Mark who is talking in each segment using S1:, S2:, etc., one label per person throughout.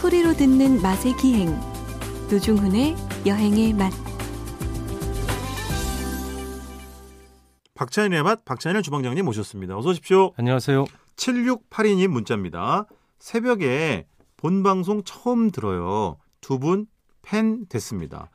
S1: 소리로 듣는 맛의 기행 노중훈의 여행의 맛
S2: 박찬일의 맛 박찬일 주방장님 모셨습니다. 어서 오십시오.
S3: 안녕하세요.
S2: 7682님 문자입니다. 새벽에 본 방송 처음 들어요. 두 분 팬 됐습니다.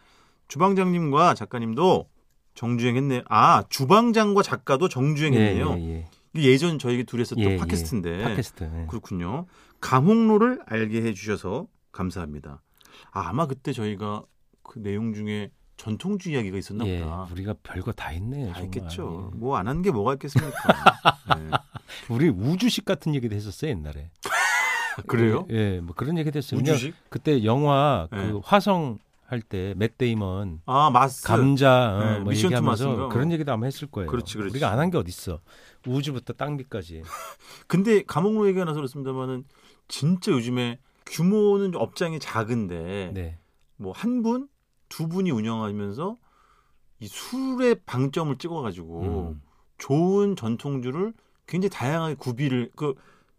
S2: 주방장님과 작가님도 정주행했네요. 아 주방장과 작가도 정주행했네요.
S3: 예, 예,
S2: 예, 전 저희 둘이 했었던
S3: 예, 예.
S2: 팟캐스트인데
S3: 예. 팟캐스트. 예.
S2: 그렇군요. 감흥로를 알게 해주셔서 감사합니다. 아, 마 그때 저희가 그 내용 중에 전통주의 이야기가 있었나
S3: 예,
S2: 보다.
S3: 우리가 별거 다 했네.
S2: 다
S3: 정말.
S2: 있겠죠.
S3: 예. 아,
S2: 뭐 안 한 게 뭐가 있겠습니까? 네.
S3: 우리 우주식 같은 얘기도 했었어요 옛날에.
S2: 그래요?
S3: 예, 뭐 그런 얘기도
S2: 네.
S3: 했어요. 왜냐면
S2: 우주식?
S3: 그때 영화
S2: 예.
S3: 그 화성 할 때 맷 데이먼
S2: 아 마스.
S3: 감자 어,
S2: 예,
S3: 뭐
S2: 미션 투
S3: 얘기하면서
S2: 마스인가?
S3: 그런 얘기도 아마 했을 거예요.
S2: 그렇지, 그렇지.
S3: 우리가 안 한 게 어디 있어? 우주부터 땅비까지.
S2: 근데 감옥로 얘기가 나서 그렇습니다만은 진짜 요즘에 규모는 좀 업장이 작은데
S3: 네.
S2: 뭐 한 분, 두 분이 운영하면서 이 술의 방점을 찍어가지고
S3: 음,
S2: 좋은 전통주를 굉장히 다양하게 구비를 그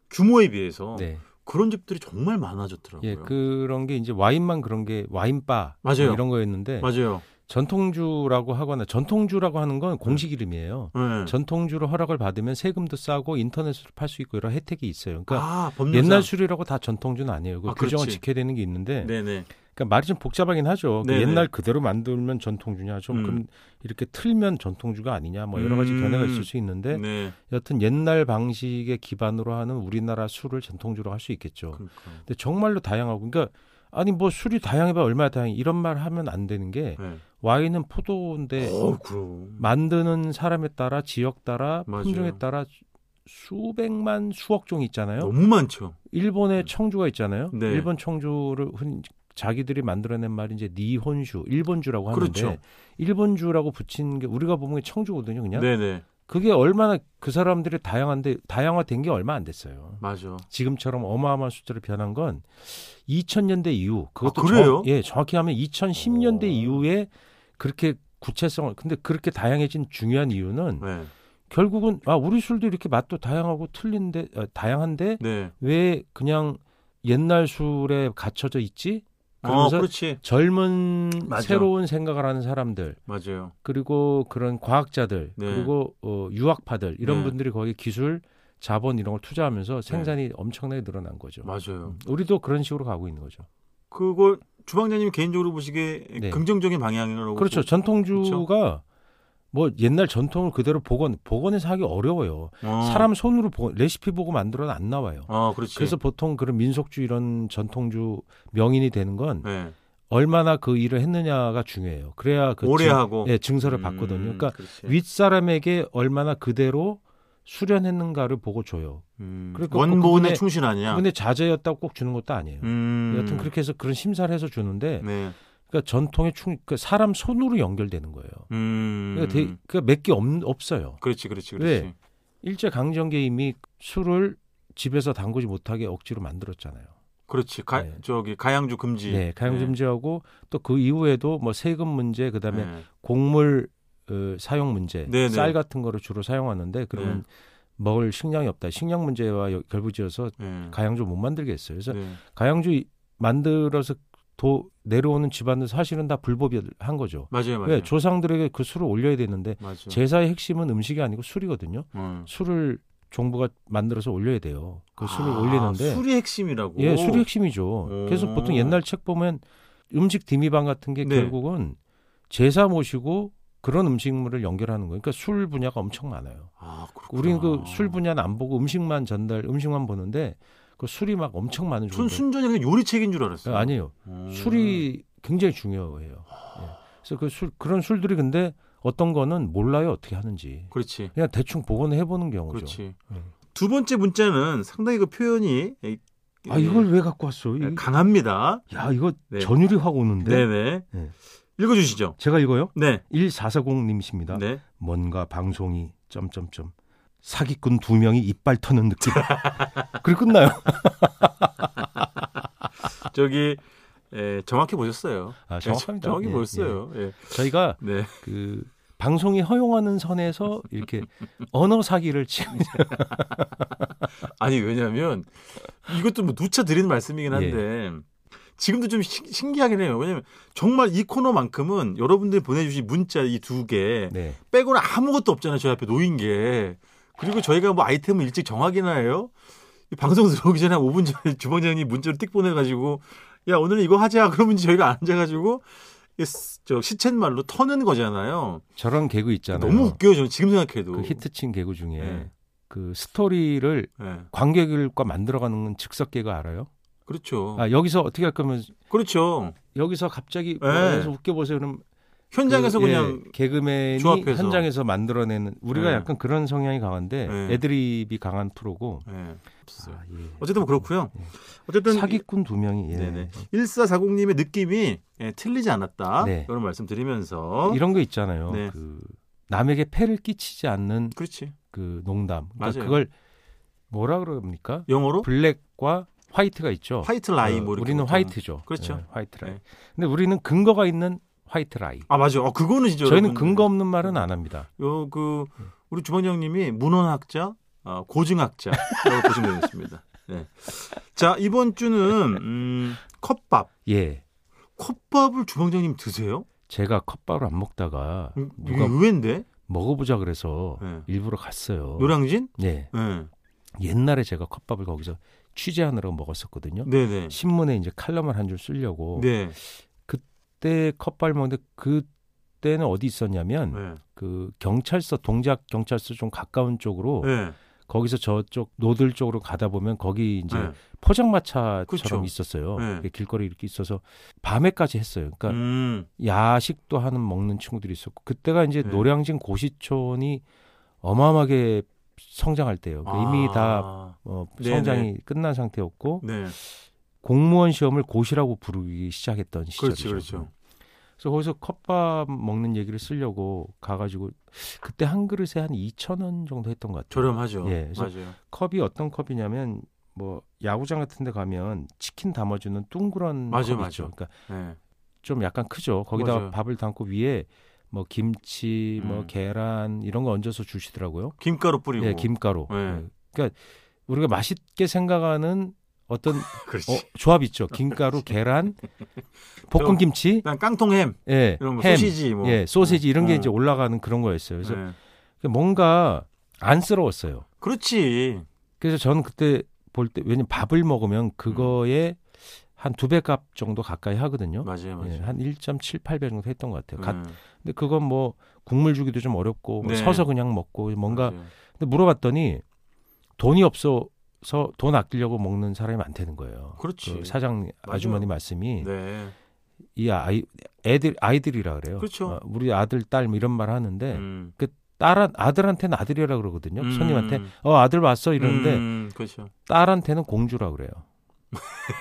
S2: 규모에 비해서
S3: 네.
S2: 그런 집들이 정말 많아졌더라고요.
S3: 예, 그런 게 이제 와인만 그런 게 와인바 뭐
S2: 맞아요.
S3: 이런 거였는데
S2: 맞아요.
S3: 전통주라고 하거나 전통주라고 하는 건 공식 이름이에요.
S2: 예.
S3: 전통주로 허락을 받으면 세금도 싸고 인터넷으로 팔 수 있고 여러 혜택이 있어요. 그러니까
S2: 아, 법률상.
S3: 옛날 술이라고 다 전통주는 아니에요. 그
S2: 아,
S3: 규정을
S2: 그렇지.
S3: 지켜야 되는 게 있는데
S2: 네네.
S3: 그러니까 말이 좀 복잡하긴 하죠. 그
S2: 네네.
S3: 옛날 그대로 만들면 전통주냐 좀
S2: 음.
S3: 그럼 이렇게 틀면 전통주가 아니냐 뭐 여러 가지
S2: 음.
S3: 견해가 있을 수
S2: 네.
S3: 있는데 여튼 옛날 방식의 기반으로 하는 우리나라 술을 전통주로 할 수 있겠죠.
S2: 그러니까.
S3: 근데 정말로 다양하고 그러니까 아니 뭐 술이 다양해봐 얼마나 다양해 이런 말 하면 안 되는 게
S2: 네.
S3: 와인은 포도인데
S2: 어, 그럼.
S3: 만드는 사람에 따라 지역 따라
S2: 맞아요.
S3: 품종에 따라 수백만 수억 종이 있잖아요.
S2: 너무 많죠.
S3: 일본의 청주가 있잖아요.
S2: 네.
S3: 일본 청주를 흔 자기들이 만들어낸 말이 이제 니혼슈, 일본주라고 하는데
S2: 그렇죠.
S3: 일본주라고 붙인 게 우리가 보면 그게 청주거든요, 그냥.
S2: 네네.
S3: 그게 얼마나 그 사람들이 다양한데 다양화된 게 얼마 안 됐어요.
S2: 맞아.
S3: 지금처럼 어마어마한 숫자로 변한 건 2000년대 이후 그것도
S2: 아, 그래요? 어.
S3: 정- 예, 정확히 하면 2010년대
S2: 오.
S3: 이후에 그렇게 구체성을 근데 그렇게 다양해진 중요한 이유는
S2: 네.
S3: 결국은 아 우리 술도 이렇게 맛도 다양하고 틀린데 어, 다양한데
S2: 네.
S3: 왜 그냥 옛날 술에 갇혀져 있지?
S2: 어,
S3: 그러면서
S2: 그렇지.
S3: 젊은
S2: 맞아.
S3: 새로운 생각을 하는 사람들
S2: 맞아요.
S3: 그리고 그런 과학자들
S2: 네.
S3: 그리고 어, 유학파들 이런
S2: 네.
S3: 분들이 거기에 기술 자본 이런 걸 투자하면서 생산이 엄청나게 늘어난 거죠.
S2: 맞아요.
S3: 우리도 그런 식으로 가고 있는 거죠.
S2: 그걸 주방장님 개인적으로 보시기에
S3: 네.
S2: 긍정적인 방향이라고.
S3: 그렇죠. 전통주가 뭐 옛날 전통을 그대로 복원 복원해서 하기 어려워요.
S2: 어.
S3: 사람 손으로 보, 레시피 보고 만들어는 안 나와요.
S2: 아, 그렇지.
S3: 그래서 보통 그런 민속주 이런 전통주 명인이 되는 건
S2: 네.
S3: 얼마나 그 일을 했느냐가 중요해요. 그래야 그
S2: 오래
S3: 증,
S2: 하고.
S3: 예, 증서를
S2: 음,
S3: 받거든요. 그러니까
S2: 그렇지.
S3: 윗사람에게 얼마나 그대로 수련했는가를 보고 줘요.
S2: 음,
S3: 그러니까
S2: 원본에
S3: 그분의-
S2: 충실하냐.
S3: 근데 자제였다고 꼭 주는 것도 아니에요.
S2: 음.
S3: 여튼 그렇게 해서 그런 심사를 해서 주는데
S2: 네.
S3: 그러니까 전통의 충 그러니까 사람 손으로 연결되는 거예요.
S2: 음.
S3: 그러니까, 네. 대- 그러니까 몇 개 없어요.
S2: 그렇지, 그렇지,
S3: 왜?
S2: 그렇지.
S3: 일제 강점기 이미 술을 집에서 담그지 못하게 억지로 만들었잖아요.
S2: 그렇지. 가,
S3: 네.
S2: 저기 가양주 금지.
S3: 네, 가용금지하고 또 그 이후에도 뭐 세금 문제 그다음에
S2: 네.
S3: 곡물 어, 사용 문제,
S2: 네네.
S3: 쌀 같은 거를 주로 사용하는데 그러면
S2: 네.
S3: 먹을 식량이 없다. 식량 문제와 여- 결부지어서
S2: 네.
S3: 가양주 못 만들게 했어요. 그래서
S2: 네.
S3: 가양주 이- 만들어서 도 내려오는 집안은 사실은 다 불법한 거죠.
S2: 맞아요, 그렇죠. 맞아요.
S3: 왜 조상들에게 그 술을 올려야 되는데
S2: 맞아요.
S3: 제사의 핵심은 음식이 아니고 술이거든요.
S2: 음.
S3: 술을 종부가 만들어서 올려야 돼요. 그 술을
S2: 아,
S3: 올리는데
S2: 술이 핵심이라고.
S3: 예, 술이 핵심이죠. 그래서
S2: 오.
S3: 보통 옛날 책 보면 음식 디미방 같은 게
S2: 네.
S3: 결국은 제사 모시고 그런 음식물을 연결하는 거예요. 그러니까 술 분야가 엄청 많아요.
S2: 아, 그렇구나.
S3: 우리는 그 술 분야는 안 보고 음식만 전달, 음식만 보는데 그 술이 막 엄청 많은
S2: 전
S3: 종류.
S2: 순전히 그냥 요리책인 줄 알았어요.
S3: 아니에요.
S2: 음.
S3: 술이 굉장히 중요해요. 예. 그래서 그 술, 그런 술들이 근데 어떤 거는 몰라요 어떻게 하는지.
S2: 그렇지.
S3: 그냥 대충 복원해 보는 경우죠.
S2: 그렇지.
S3: 음.
S2: 두 번째 문자는 상당히 그 표현이 에,
S3: 아
S2: 예.
S3: 이걸 왜 갖고 왔어?
S2: 네,
S3: 이-
S2: 강합니다.
S3: 야 이거
S2: 네.
S3: 전율이 확 오는데.
S2: 네, 네.
S3: 네.
S2: 읽어 주시죠.
S3: 제가 이거요?
S2: 네.
S3: 1440님이십니다.
S2: 네.
S3: 뭔가 방송이 점점점 사기꾼 두 명이 이빨 터는 느낌. 그리고 끝나요.
S2: 저기 에, 정확히 보셨어요.
S3: 아, 정확합니다.
S2: 정확히
S3: 예,
S2: 보셨어요. 예.
S3: 저희가
S2: 네.
S3: 그 방송이 허용하는 선에서 이렇게 언어 사기를 치는
S2: 네.
S3: 예.
S2: 아니 왜냐하면 이것도 뭐 누차 드리는 말씀이긴 한데 지금도 좀 시- 신기하긴 해요. 왜냐면 정말 이 코너만큼은 여러분들이 보내주신 문자 이 두 개
S3: 네.
S2: 빼고는 아무것도 없잖아요. 저희 앞에 놓인 게. 그리고 저희가 뭐 아이템을 일찍 정하기나 해요. 이 방송 들어오기 전에 한 5분 전에 주방장님 문자로 띡 보내가지고 야 오늘은 이거 하자 그러면 저희가 앉아가지고 이 스- 저 시쳇말로 터는 거잖아요.
S3: 저런 개그 있잖아요.
S2: 너무 웃겨요. 저는 지금 생각해도.
S3: 그 히트친 개그 중에
S2: 예.
S3: 그 스토리를
S2: 예.
S3: 관객과 만들어가는 건 즉석 개그 알아요?
S2: 그렇죠.
S3: 아 여기서 어떻게 할 거면
S2: 그렇죠.
S3: 여기서 갑자기
S2: 예.
S3: 여기서 웃겨 보세요. 그럼
S2: 현장에서
S3: 그,
S2: 그, 냥
S3: 예, 개그맨이
S2: 조합해서.
S3: 현장에서 만들어내는 우리가
S2: 예.
S3: 약간 그런 성향이 강한데
S2: 예.
S3: 애드립이 강한 프로고
S2: 예. 없어요.
S3: 아, 예.
S2: 어쨌든 뭐 그렇고요.
S3: 예.
S2: 어쨌든
S3: 사기꾼 두 명이 예.
S2: 네네. 1440님의 느낌이 예, 틀리지 않았다.
S3: 네.
S2: 이런 말씀 드리면서
S3: 이런 거 있잖아요.
S2: 네.
S3: 그 남에게 폐를 끼치지 않는
S2: 그렇지.
S3: 그 농담. 그러니까
S2: 맞아요.
S3: 그걸 뭐라 그럽니까?
S2: 영어로
S3: 블랙과 화이트가 있죠.
S2: 화이트 라이
S3: 어,
S2: 뭐 이렇게
S3: 우리는
S2: 보통.
S3: 화이트죠.
S2: 그렇죠.
S3: 예, 화이트 라이.
S2: 네.
S3: 근데 우리는 근거가 있는 화이트 라이.
S2: 아 맞아요. 어, 그거는 진짜
S3: 저희는
S2: 여러분들.
S3: 근거 없는 말은 안 합니다.
S2: 요, 그 우리 주방장님이 문헌학자, 어, 고증학자라고 보시면 되겠습니다. 네. 자 이번 주는 음, 컵밥.
S3: 예.
S2: 컵밥을 주방장님 드세요?
S3: 제가 컵밥을 안 먹다가
S2: 음, 이게
S3: 누가
S2: 의외인데
S3: 먹어보자 그래서
S2: 네.
S3: 일부러 갔어요.
S2: 노량진?
S3: 예.
S2: 네.
S3: 옛날에 제가 컵밥을 거기서 취재하느라고 먹었었거든요.
S2: 네네.
S3: 신문에 이제 칼럼을 한 줄 쓰려고
S2: 네.
S3: 그때 컵밥을 먹는데 그때는 어디 있었냐면
S2: 네.
S3: 그 경찰서 동작 경찰서 좀 가까운 쪽으로
S2: 네.
S3: 거기서 저쪽 노들 쪽으로 가다 보면 거기 이제
S2: 네.
S3: 포장마차처럼
S2: 그쵸.
S3: 있었어요.
S2: 네.
S3: 이렇게 길거리 이렇게 있어서 밤에까지 했어요. 그러니까
S2: 음,
S3: 야식도 하는 먹는 친구들이 있었고 그때가 이제
S2: 네.
S3: 노량진 고시촌이 어마어마하게 성장할 때예요. 그러니까 이미
S2: 아,
S3: 다 어,
S2: 네네.
S3: 성장이 끝난 상태였고
S2: 네.
S3: 공무원 시험을 고시라고 부르기 시작했던
S2: 그렇지,
S3: 시절이죠.
S2: 그렇죠.
S3: 그래서 거기서 컵밥 먹는 얘기를 쓰려고 가가지고 그때 한 그릇에 한 2천 원 정도 했던 것 같아요.
S2: 저렴하죠.
S3: 예, 그래서
S2: 맞아요.
S3: 컵이 어떤 컵이냐면 뭐 야구장 같은 데 가면 치킨 담아주는 둥그런
S2: 맞아요,
S3: 컵
S2: 맞아요.
S3: 있죠. 그러니까
S2: 네.
S3: 좀 약간 크죠. 거기다가
S2: 맞아요.
S3: 밥을 담고 위에 뭐 김치, 뭐
S2: 음.
S3: 계란 이런 거 얹어서 주시더라고요.
S2: 김가루 뿌리고.
S3: 예, 김가루.
S2: 네.
S3: 예. 그러니까 우리가 맛있게 생각하는 어떤
S2: 그렇지.
S3: 어, 조합 있죠. 김가루, 계란, 볶은 김치,
S2: 난 깡통햄
S3: 예,
S2: 이런 거
S3: 햄,
S2: 소시지 뭐.
S3: 예, 소세지 이런 게
S2: 어.
S3: 이제 올라가는 그런 거였어요. 그래서 그러니까
S2: 네.
S3: 뭔가 안쓰러웠어요.
S2: 그렇지.
S3: 그래서 저는 그때 볼 때 왜냐면 밥을 먹으면 그거에 한 두 배 값 정도 가까이 하거든요.
S2: 음. 맞아요, 맞아요.
S3: 예, 한 1.78배 정도 했던 것 같아요. 가-
S2: 네.
S3: 근데 그건 뭐 국물 주기도 좀 어렵고 뭐
S2: 네.
S3: 서서 그냥 먹고 뭔가
S2: 맞아요.
S3: 근데 물어봤더니 돈이 없어서 돈 아끼려고 먹는 사람이 많다는 거예요.
S2: 그렇지.
S3: 그 사장
S2: 맞아요.
S3: 아주머니 말씀이
S2: 네.
S3: 이 아이 애들 아이들이라 그래요.
S2: 그렇죠.
S3: 어, 우리 아들 딸 뭐 이런 말 하는데
S2: 음.
S3: 딸한 아들한테는 아들이라 그러거든요.
S2: 음.
S3: 손님한테 어 아들 왔어 이러는데
S2: 음, 그렇죠.
S3: 딸한테는 공주라 그래요.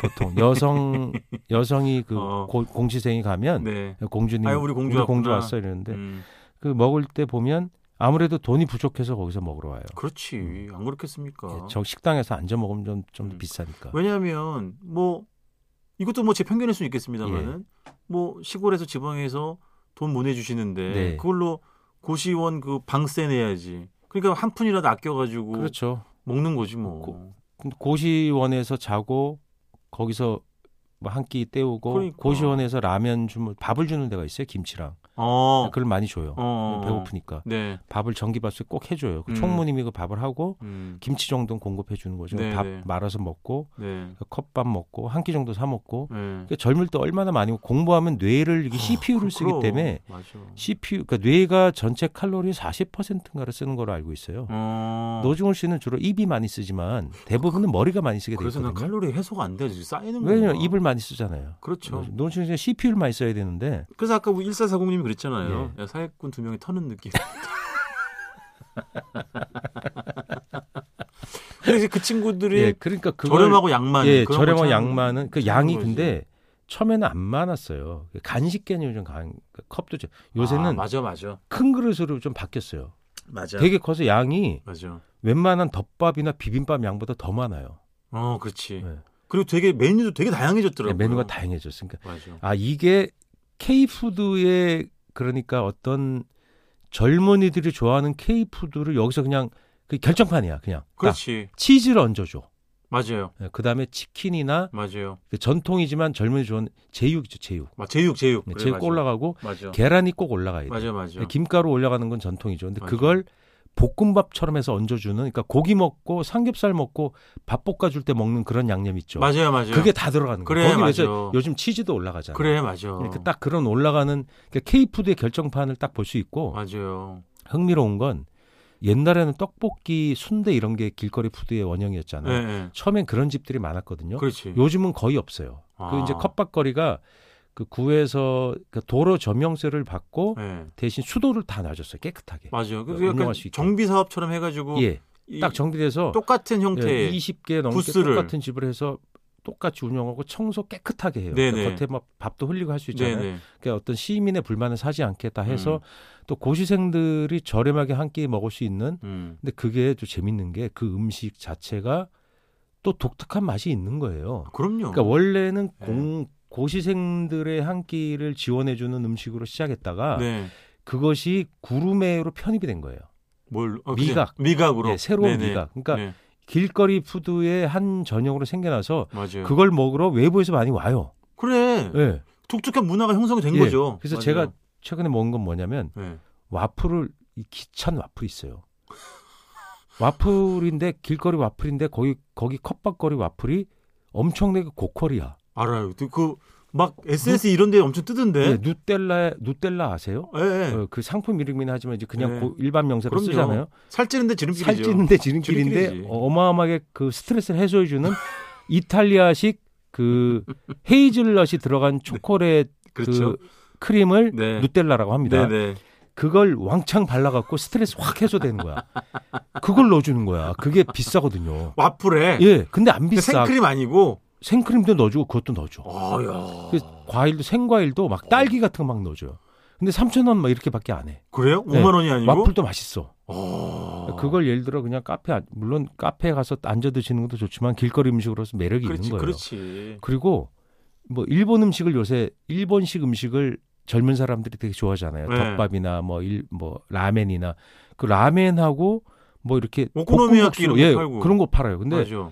S3: 보통 여성 여성이 그
S2: 어.
S3: 고- 공시생이 가면
S2: 네.
S3: 공주님
S2: 아유, 우리 공주 왔구나.
S3: 왔어 이러는데
S2: 음.
S3: 그 먹을 때 보면 아무래도 돈이 부족해서 거기서 먹으러 와요.
S2: 그렇지. 안 그렇겠습니까?
S3: 예, 저 식당에서 앉아 먹으면 좀, 좀
S2: 음.
S3: 비싸니까.
S2: 왜냐하면 뭐 이것도 뭐 제 편견일 수는 있겠습니다만은
S3: 예.
S2: 뭐 시골에서 지방에서 돈 못 내주시는데
S3: 네.
S2: 그걸로 고시원 그 방세 내야지. 그러니까 한 푼이라도 아껴가지고
S3: 그렇죠.
S2: 먹는 거지 뭐.
S3: 고- 근데 고시원에서 자고 거기서 뭐 한 끼 때우고
S2: 그러니까.
S3: 고시원에서 라면 주면 밥을 주는 데가 있어요 김치랑
S2: 어.
S3: 아, 그걸 많이 줘요
S2: 어.
S3: 배고프니까
S2: 네.
S3: 밥을 전기밥솥에 꼭 해줘요 그
S2: 음.
S3: 총무님이 그 밥을 하고
S2: 음.
S3: 김치 정도는 공급해 주는 거죠
S2: 네,
S3: 밥
S2: 네.
S3: 말아서 먹고
S2: 네.
S3: 컵밥 먹고 한 끼 정도 사 먹고
S2: 네.
S3: 그러니까 젊을 때 얼마나 많이 먹- 공부하면 뇌를 이게 CPU를 쓰기
S2: 아, 그럼.
S3: 때문에
S2: 맞아.
S3: CPU 그러니까 뇌가 전체 칼로리 40%인가를 쓰는 걸로 알고 있어요.
S2: 어.
S3: 노중훈 씨는 주로 입이 많이 쓰지만 대부분은 머리가 많이 쓰게
S2: 그래서 난
S3: 되거든요.
S2: 칼로리 해소가 안 돼서 쌓이는 거야.
S3: 왜냐면 입을 많이 쓰잖아요.
S2: 그렇죠.
S3: 노중훈 씨는 CPU를 많이 써야 되는데
S2: 그래서 아까 1440님이 그랬잖아요.
S3: 예.
S2: 야, 사회꾼 두 명이 터는 느낌. 근데 이제 그 친구들이
S3: 예, 그러니까 그걸
S2: 저렴하고 양만.
S3: 예,
S2: 그런
S3: 저렴한
S2: 거 참-
S3: 양만은 그 양이
S2: 거지.
S3: 근데 처음에는 안 많았어요. 간식 개념이 요즘 강 컵도 좀-
S2: 아, 네.
S3: 요새는
S2: 맞아 맞아
S3: 큰 그릇으로 좀 바뀌었어요.
S2: 맞아
S3: 되게 커서 양이
S2: 맞아.
S3: 웬만한 덮밥이나 비빔밥 양보다 더 많아요.
S2: 어 그렇지.
S3: 예.
S2: 그리고 되게 메뉴도 되게 다양해졌더라고. 요
S3: 그러니까 메뉴가 다양해졌으니까
S2: 맞아.
S3: 아 이게 K 푸드의 그러니까 어떤 젊은이들이 좋아하는 K 푸드를 여기서 그냥 그 결정판이야 그냥 딱
S2: 그렇지.
S3: 치즈를 얹어줘
S2: 맞아요.
S3: 예, 그다음에 치킨이나
S2: 맞아요.
S3: 그 전통이지만 젊은이 좋아하는 제육이죠, 제육.
S2: 막 제육 제육.
S3: 네,
S2: 그래,
S3: 제육
S2: 맞아요.
S3: 올라가고
S2: 맞아.
S3: 계란이 꼭 올라가야 돼요.
S2: 맞아 맞아.
S3: 네, 김가루 올라가는 건 전통이죠. 근데
S2: 맞아요.
S3: 그걸 볶음밥처럼 해서 얹어주는, 그러니까 고기 먹고 삼겹살 먹고 밥 볶아줄 때 먹는 그런 양념 있죠.
S2: 맞아요 맞아요.
S3: 그게 다 들어가는
S2: 그래,
S3: 거예요. 거기
S2: 맞아요.
S3: 왜서 요즘 치즈도 올라가잖아요.
S2: 그래 맞아.
S3: 그러니까 딱 그런 올라가는 그러니까 K푸드의 결정판을 딱 볼 수 있고
S2: 맞아요.
S3: 흥미로운 건 옛날에는 떡볶이, 순대 이런 게 길거리 푸드의 원형이었잖아요.
S2: 네, 네.
S3: 처음엔 그런 집들이 많았거든요.
S2: 예. 그렇지.
S3: 요즘은 거의 없어요.
S2: 아.
S3: 그 이제 컵밥거리가 그 구에서 그 도로 점용세를 받고
S2: 네.
S3: 대신 수도를 다 놔줬어요. 깨끗하게.
S2: 맞아요. 그
S3: 그러니까 운영할
S2: 약간
S3: 수 있게.
S2: 정비 사업처럼 해가지고
S3: 예,
S2: 이-
S3: 딱 정비돼서 예,
S2: 똑같은 형태의
S3: 20개 넘게
S2: 부스를.
S3: 똑같은 집을 해서 똑같이 운영하고 청소 깨끗하게 해요. 그러니까
S2: 네네.
S3: 겉에 막 밥도 흘리고 할 수 있잖아요.
S2: 네네.
S3: 그러니까 어떤 시민의 불만을 사지 않겠다 해서
S2: 음.
S3: 또 고시생들이 저렴하게 한 끼 먹을 수 있는
S2: 음.
S3: 근데 그게 또 재밌는 게 그 음식 자체가 또 독특한 맛이 있는 거예요.
S2: 아, 그럼요.
S3: 그러니까 원래는
S2: 네.
S3: 공- 고시생들의 한 끼를 지원해주는 음식으로 시작했다가
S2: 네.
S3: 그것이 구르메로 편입이 된 거예요.
S2: 뭘 어,
S3: 미각.
S2: 그냥 미각으로
S3: 네, 새로운
S2: 네네.
S3: 미각. 그러니까
S2: 네,
S3: 길거리 푸드의 한 전형으로 생겨나서
S2: 맞아요. 그,
S3: 그걸 먹으러 외부에서 많이 와요.
S2: 래
S3: 예.
S2: 독특한 문화가 형성이 된
S3: 예.
S2: 거죠.
S3: 그래서
S2: 네. 맞아요.
S3: 제가 최근에 먹은 건 뭐냐면
S2: 네.
S3: 와플을 이 기찬 와플이 있어요. 와플인데 길거리 와플인데 거기 거기 컵밥거리 와플이 엄청나게 고퀄이야.
S2: 알아요. 그 막 SNS 이런 데 엄청
S3: 네,
S2: 뜨던데.
S3: 누텔라 누텔라 아세요?
S2: 예. 예.
S3: 어, 그 상품 이름이긴 하지만 이제 그냥
S2: 네.
S3: 고- 일반 명사로
S2: 그럼요.
S3: 쓰잖아요.
S2: 살찌는데 지름길이죠.
S3: 살찌는데 지름길인데
S2: 지름길이지.
S3: 어마어마하게 그 스트레스를 해소해주는 이탈리아식 그 헤이즐넛이 들어간 초콜릿
S2: 그렇죠.
S3: 그 크림을
S2: 네.
S3: 누텔라라고 합니다.
S2: 네네.
S3: 그걸 왕창 발라갖고 스트레스 확 해소되는 거야. 그걸 넣어주는 거야. 그게 비싸거든요.
S2: 와플에
S3: 예, 근데 안
S2: 근데
S3: 비싸.
S2: 생크림 아니고.
S3: 생크림. 도 넣어주고 그것도 넣어줘.
S2: 아야.
S3: 그 과일도 생과일도 막 딸기 같은 거 막 넣어줘요. 근데 3천 원 막 이렇게밖에 안 해.
S2: 그래요?
S3: 네.
S2: 5만 원이 아니고.
S3: 와플도 맛있어.
S2: 아.
S3: 그걸 예를 들어 그냥 카페 안- 물론 카페에 가서 앉아 드시는 것도 좋지만 길거리 음식으로서 매력이
S2: 그렇지,
S3: 있는 거예요.
S2: 그렇지.
S3: 리고뭐 일본 음식을 요새 일본식 음식을 젊은 사람들이 되게 좋아하잖아요.
S2: 네.
S3: 덮밥이나 뭐 일 뭐 라멘이나 그 라멘하고 뭐 이렇게
S2: 오코노미야끼
S3: 볶음국수,
S2: 이런 거
S3: 예,
S2: 팔고.
S3: 그런 거 팔아요. 근데
S2: 맞아.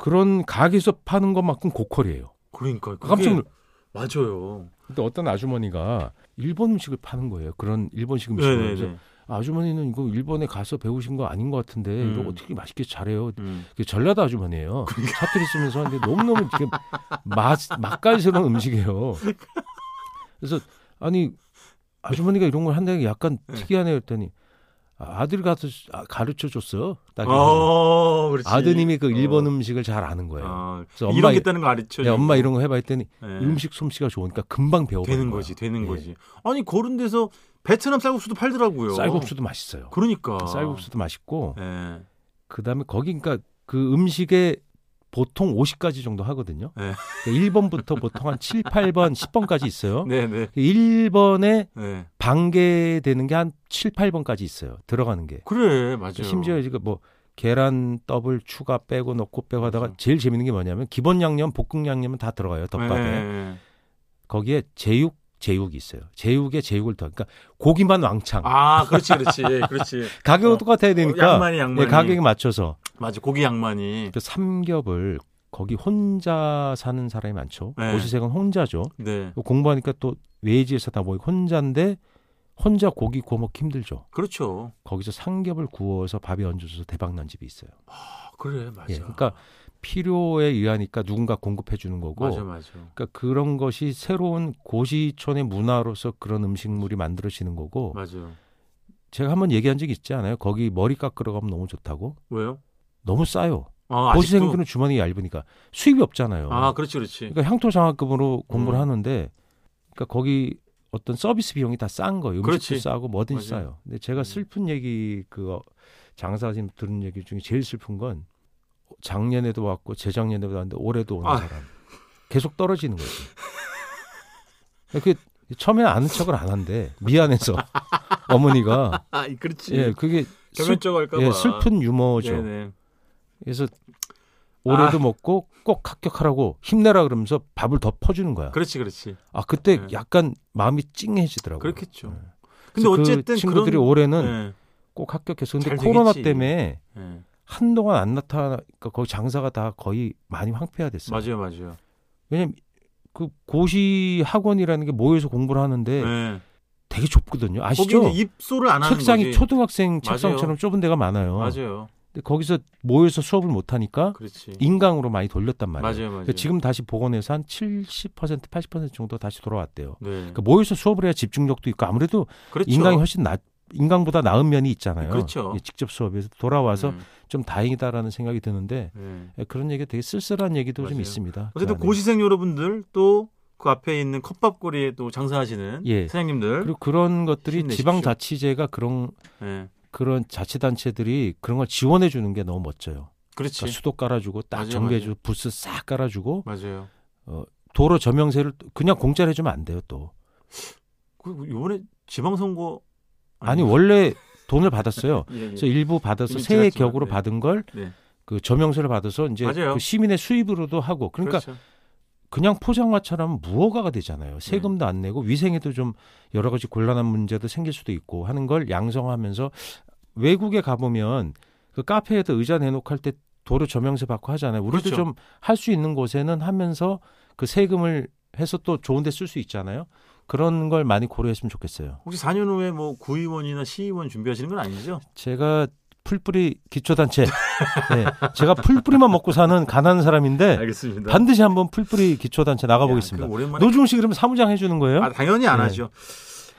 S3: 그런 가게에서 파는 것만큼 고퀄이에요.
S2: 그러니까 그게
S3: 깜짝 놀.
S2: 맞아요.
S3: 근데 어떤 아주머니가 일본 음식을 파는 거예요. 그런 일본식 음식을. 그래서
S2: 네네네.
S3: 아주머니는 이거 일본에 가서 배우신 거 아닌 것 같은데
S2: 음.
S3: 이거 어떻게 맛있게 잘해요.
S2: 음.
S3: 그 전라도 아주머니예요. 사투리 쓰면서 하는데 너무너무 이렇게 맛 맛깔스러운 음식이에요. 그래서 아니 아주머니가 이런 걸 한다는 게 약간 특이하네요 했더니 아, 아들 가서 가르쳐 줬어. 딱 이러면서.
S2: 어, 아, 그렇지.
S3: 아드님이 그 일본
S2: 어.
S3: 음식을 잘 아는 거예요.
S2: 아,
S3: 그래서
S2: 이런
S3: 엄마
S2: 게 있다는 거 알죠.
S3: 야, 엄마 이런 거 해봐 했더니
S2: 네.
S3: 음식 솜씨가 좋으니까 금방 배워
S2: 되는 거지, 되는
S3: 예.
S2: 거지. 아니 그런 데서 베트남 쌀국수도 팔더라고요.
S3: 쌀국수도 맛있어요.
S2: 그러니까.
S3: 쌀국수도 맛있고
S2: 예.
S3: 그다음에 거기 그러니까 그 음식에 보통 50가지 정도 하거든요.
S2: 네.
S3: 그러니까 1번부터 보통 한 7, 8번, 10번까지 있어요.
S2: 네네.
S3: 1번에
S2: 네.
S3: 반개되는 게 한 7, 8번까지 있어요. 들어가는 게.
S2: 그래 맞아요.
S3: 심지어 지금 뭐 계란 더블 추가 빼고 넣고 빼고 하다가
S2: 맞아요.
S3: 제일 재밌는 게 뭐냐면 기본 양념, 볶음 양념은 다 들어가요. 덮밥에.
S2: 예.
S3: 거기에 제육, 제육이 있어요. 제육에 제육을 더. 그러니까 고기만 왕창.
S2: 아 그렇지 그렇지 그렇지.
S3: 가격은
S2: 어,
S3: 똑같아야 되니까.
S2: 양만이 양만이.
S3: 예, 가격에 맞춰서.
S2: 맞아 고기 양만이.
S3: 그 삼겹을 거기 혼자 사는 사람이 많죠.
S2: 네.
S3: 고시생은 혼자죠.
S2: 네.
S3: 공부하니까 또 외지에서 다 모이고 혼자인데 혼자 고기 구워 먹기 힘들죠.
S2: 그렇죠.
S3: 거기서 삼겹을 구워서 밥에 얹어줘서 대박난 집이 있어요.
S2: 아, 그래 맞아.
S3: 예, 그러니까 필요에 의하니까 누군가 공급해 주는 거고.
S2: 맞아 맞아.
S3: 그러니까 그런 것이 새로운 고시촌의 문화로서 그런 음식물이 만들어지는 거고.
S2: 맞아.
S3: 제가 한번 얘기한 적이 있지 않아요? 거기 머리 깎으러 가면 너무 좋다고.
S2: 왜요?
S3: 너무 싸요.
S2: 아, 아직도?
S3: 고시생들은 주머니가 얇으니까 수입이 없잖아요.
S2: 아 그렇지 그렇지.
S3: 그러니까 향토장학금으로 공부를
S2: 음.
S3: 하는데 그러니까 거기 어떤 서비스 비용이 다 싼 거예요. 음식도
S2: 그렇지.
S3: 싸고 뭐든지
S2: 맞아요. 음.
S3: 싸요. 근데 제가 슬픈 얘기 그 어, 장사하신 들은 얘기 중에 제일 슬픈 건 작년에도 왔고 재작년에도 왔는데 올해도 오는
S2: 아.
S3: 사람 계속 떨어지는 거지. 그게 처음에는 아는 척을 안 한대 미안해서 어머니가
S2: 아 그렇지.
S3: 예 그게 슬,
S2: 겸연적 할까봐.
S3: 예, 슬픈 유머죠.
S2: 네네. 아.
S3: 그래서 올해도 먹고 꼭 합격하라고 힘내라 그러면서 밥을 더 퍼주는 거야.
S2: 그렇지 그렇지.
S3: 아 그때
S2: 네.
S3: 약간 마음이 찡해지더라고요.
S2: 그렇겠죠.
S3: 네.
S2: 근데
S3: 그래서 그
S2: 어쨌든
S3: 친구들이
S2: 그런-
S3: 올해는
S2: 예,
S3: 꼭 합격해서 근데
S2: 잘
S3: 코로나
S2: 되겠지.
S3: 때문에
S2: 예.
S3: 한동안 안 나타나니까 그러니까 거기 장사가 다 거의 많이 황폐화됐어요.
S2: 맞아요, 맞아요.
S3: 왜냐면 그 고시 학원이라는 게 모여서 공부를 하는데
S2: 네.
S3: 되게
S2: 거기
S3: 좁거든요. 예. 아시죠?
S2: 이제 입소를 안 하는
S3: 책상이
S2: 거지.
S3: 초등학생 책상처럼 좁은 데가 많아요.
S2: 맞아요.
S3: 근데 거기서 모여서 수업을 못 하니까
S2: 그렇지.
S3: 인강으로 많이 돌렸단 말이에요.
S2: 맞아요, 맞아요.
S3: 그러니까 지금 다시 복원해서 한 70%, 80% 정도 다시 돌아왔대요.
S2: 네.
S3: 그러니까 모여서 수업을 해야 집중력도 있고 아무래도
S2: 그렇죠.
S3: 인강이 훨씬 나 인강보다 나은 면이 있잖아요.
S2: 그렇죠.
S3: 예, 직접 수업에서 돌아와서
S2: 음,
S3: 좀 다행이다라는 생각이 드는데
S2: 네.
S3: 예, 그런 얘기가 되게 쓸쓸한 얘기도
S2: 맞아요.
S3: 좀 있습니다.
S2: 어쨌든
S3: 그 안에.
S2: 고시생 여러분들 또 그 앞에 있는 컵밥거리에 또 장사하시는
S3: 예.
S2: 사장님들
S3: 그리고 그런 것들이
S2: 힘내십시오.
S3: 지방자치제가 그런
S2: 예.
S3: 그런 자치단체들이 그런 걸 지원해 주는 게 너무 멋져요.
S2: 그렇지.
S3: 그러니까 수도 깔아주고 딱
S2: 맞아요,
S3: 정비해주고 부스 싹 깔아주고
S2: 맞아요.
S3: 도로 점용세를 그냥 공짜로 해주면 안 돼요 또.
S2: 그 이번에 지방선거
S3: 아니
S2: 아닌가?
S3: 원래 돈을 받았어요.
S2: 예, 예.
S3: 그래서 일부 받아서
S2: 이미
S3: 새해
S2: 지났지만,
S3: 격으로
S2: 네.
S3: 받은 걸 그
S2: 네.
S3: 점용세를 받아서 이제
S2: 맞아요.
S3: 그 시민의 수입으로도 하고 그러니까
S2: 그렇죠.
S3: 그냥 포장마차라면 무허가가 되잖아요. 세금도
S2: 네.
S3: 안 내고 위생에도 좀 여러 가지 곤란한 문제도 생길 수도 있고 하는 걸 양성하면서 외국에 가보면 그 카페에다 의자 내놓고 할 때 도로 점용세 받고 하잖아요. 우리도
S2: 그렇죠.
S3: 좀 할 수 있는 곳에는 하면서 그 세금을 해서 또 좋은 데 쓸 수 있잖아요. 그런 걸 많이 고려했으면 좋겠어요.
S2: 혹시 4년 후에 뭐 구의원이나 시의원 준비하시는 건 아니죠?
S3: 제가 풀뿌리 기초단체 네, 제가 풀뿌리만 먹고 사는 가난한 사람인데
S2: 알겠습니다.
S3: 네. 반드시 한번 풀뿌리 기초단체 나가보겠습니다.
S2: 야, 예, 그 오랜만에
S3: 노중 씨 그럼 사무장 해주는 거예요?
S2: 아, 당연히 안
S3: 네.
S2: 하죠.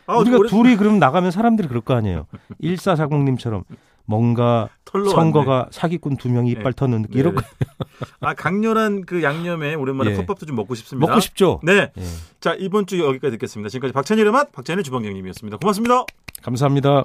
S2: 아,
S3: 우리가
S2: 오랜-
S3: 둘이 그럼 나가면 사람들이 그럴 거 아니에요. 1440님처럼 뭔가
S2: 털로 왔네.
S3: 선거가 사기꾼 두 명이
S2: 네.
S3: 이빨 터는 느낌 이런 거
S2: 네네. 아 강렬한 그 양념에 오랜만에
S3: 예.
S2: 컵밥도 좀 먹고 싶습니다.
S3: 먹고 싶죠?
S2: 네.
S3: 예.
S2: 자, 이번 주 여기까지 듣겠습니다. 지금까지 박찬일의 맛, 박찬일 주방장님이었습니다. 고맙습니다.
S3: 감사합니다.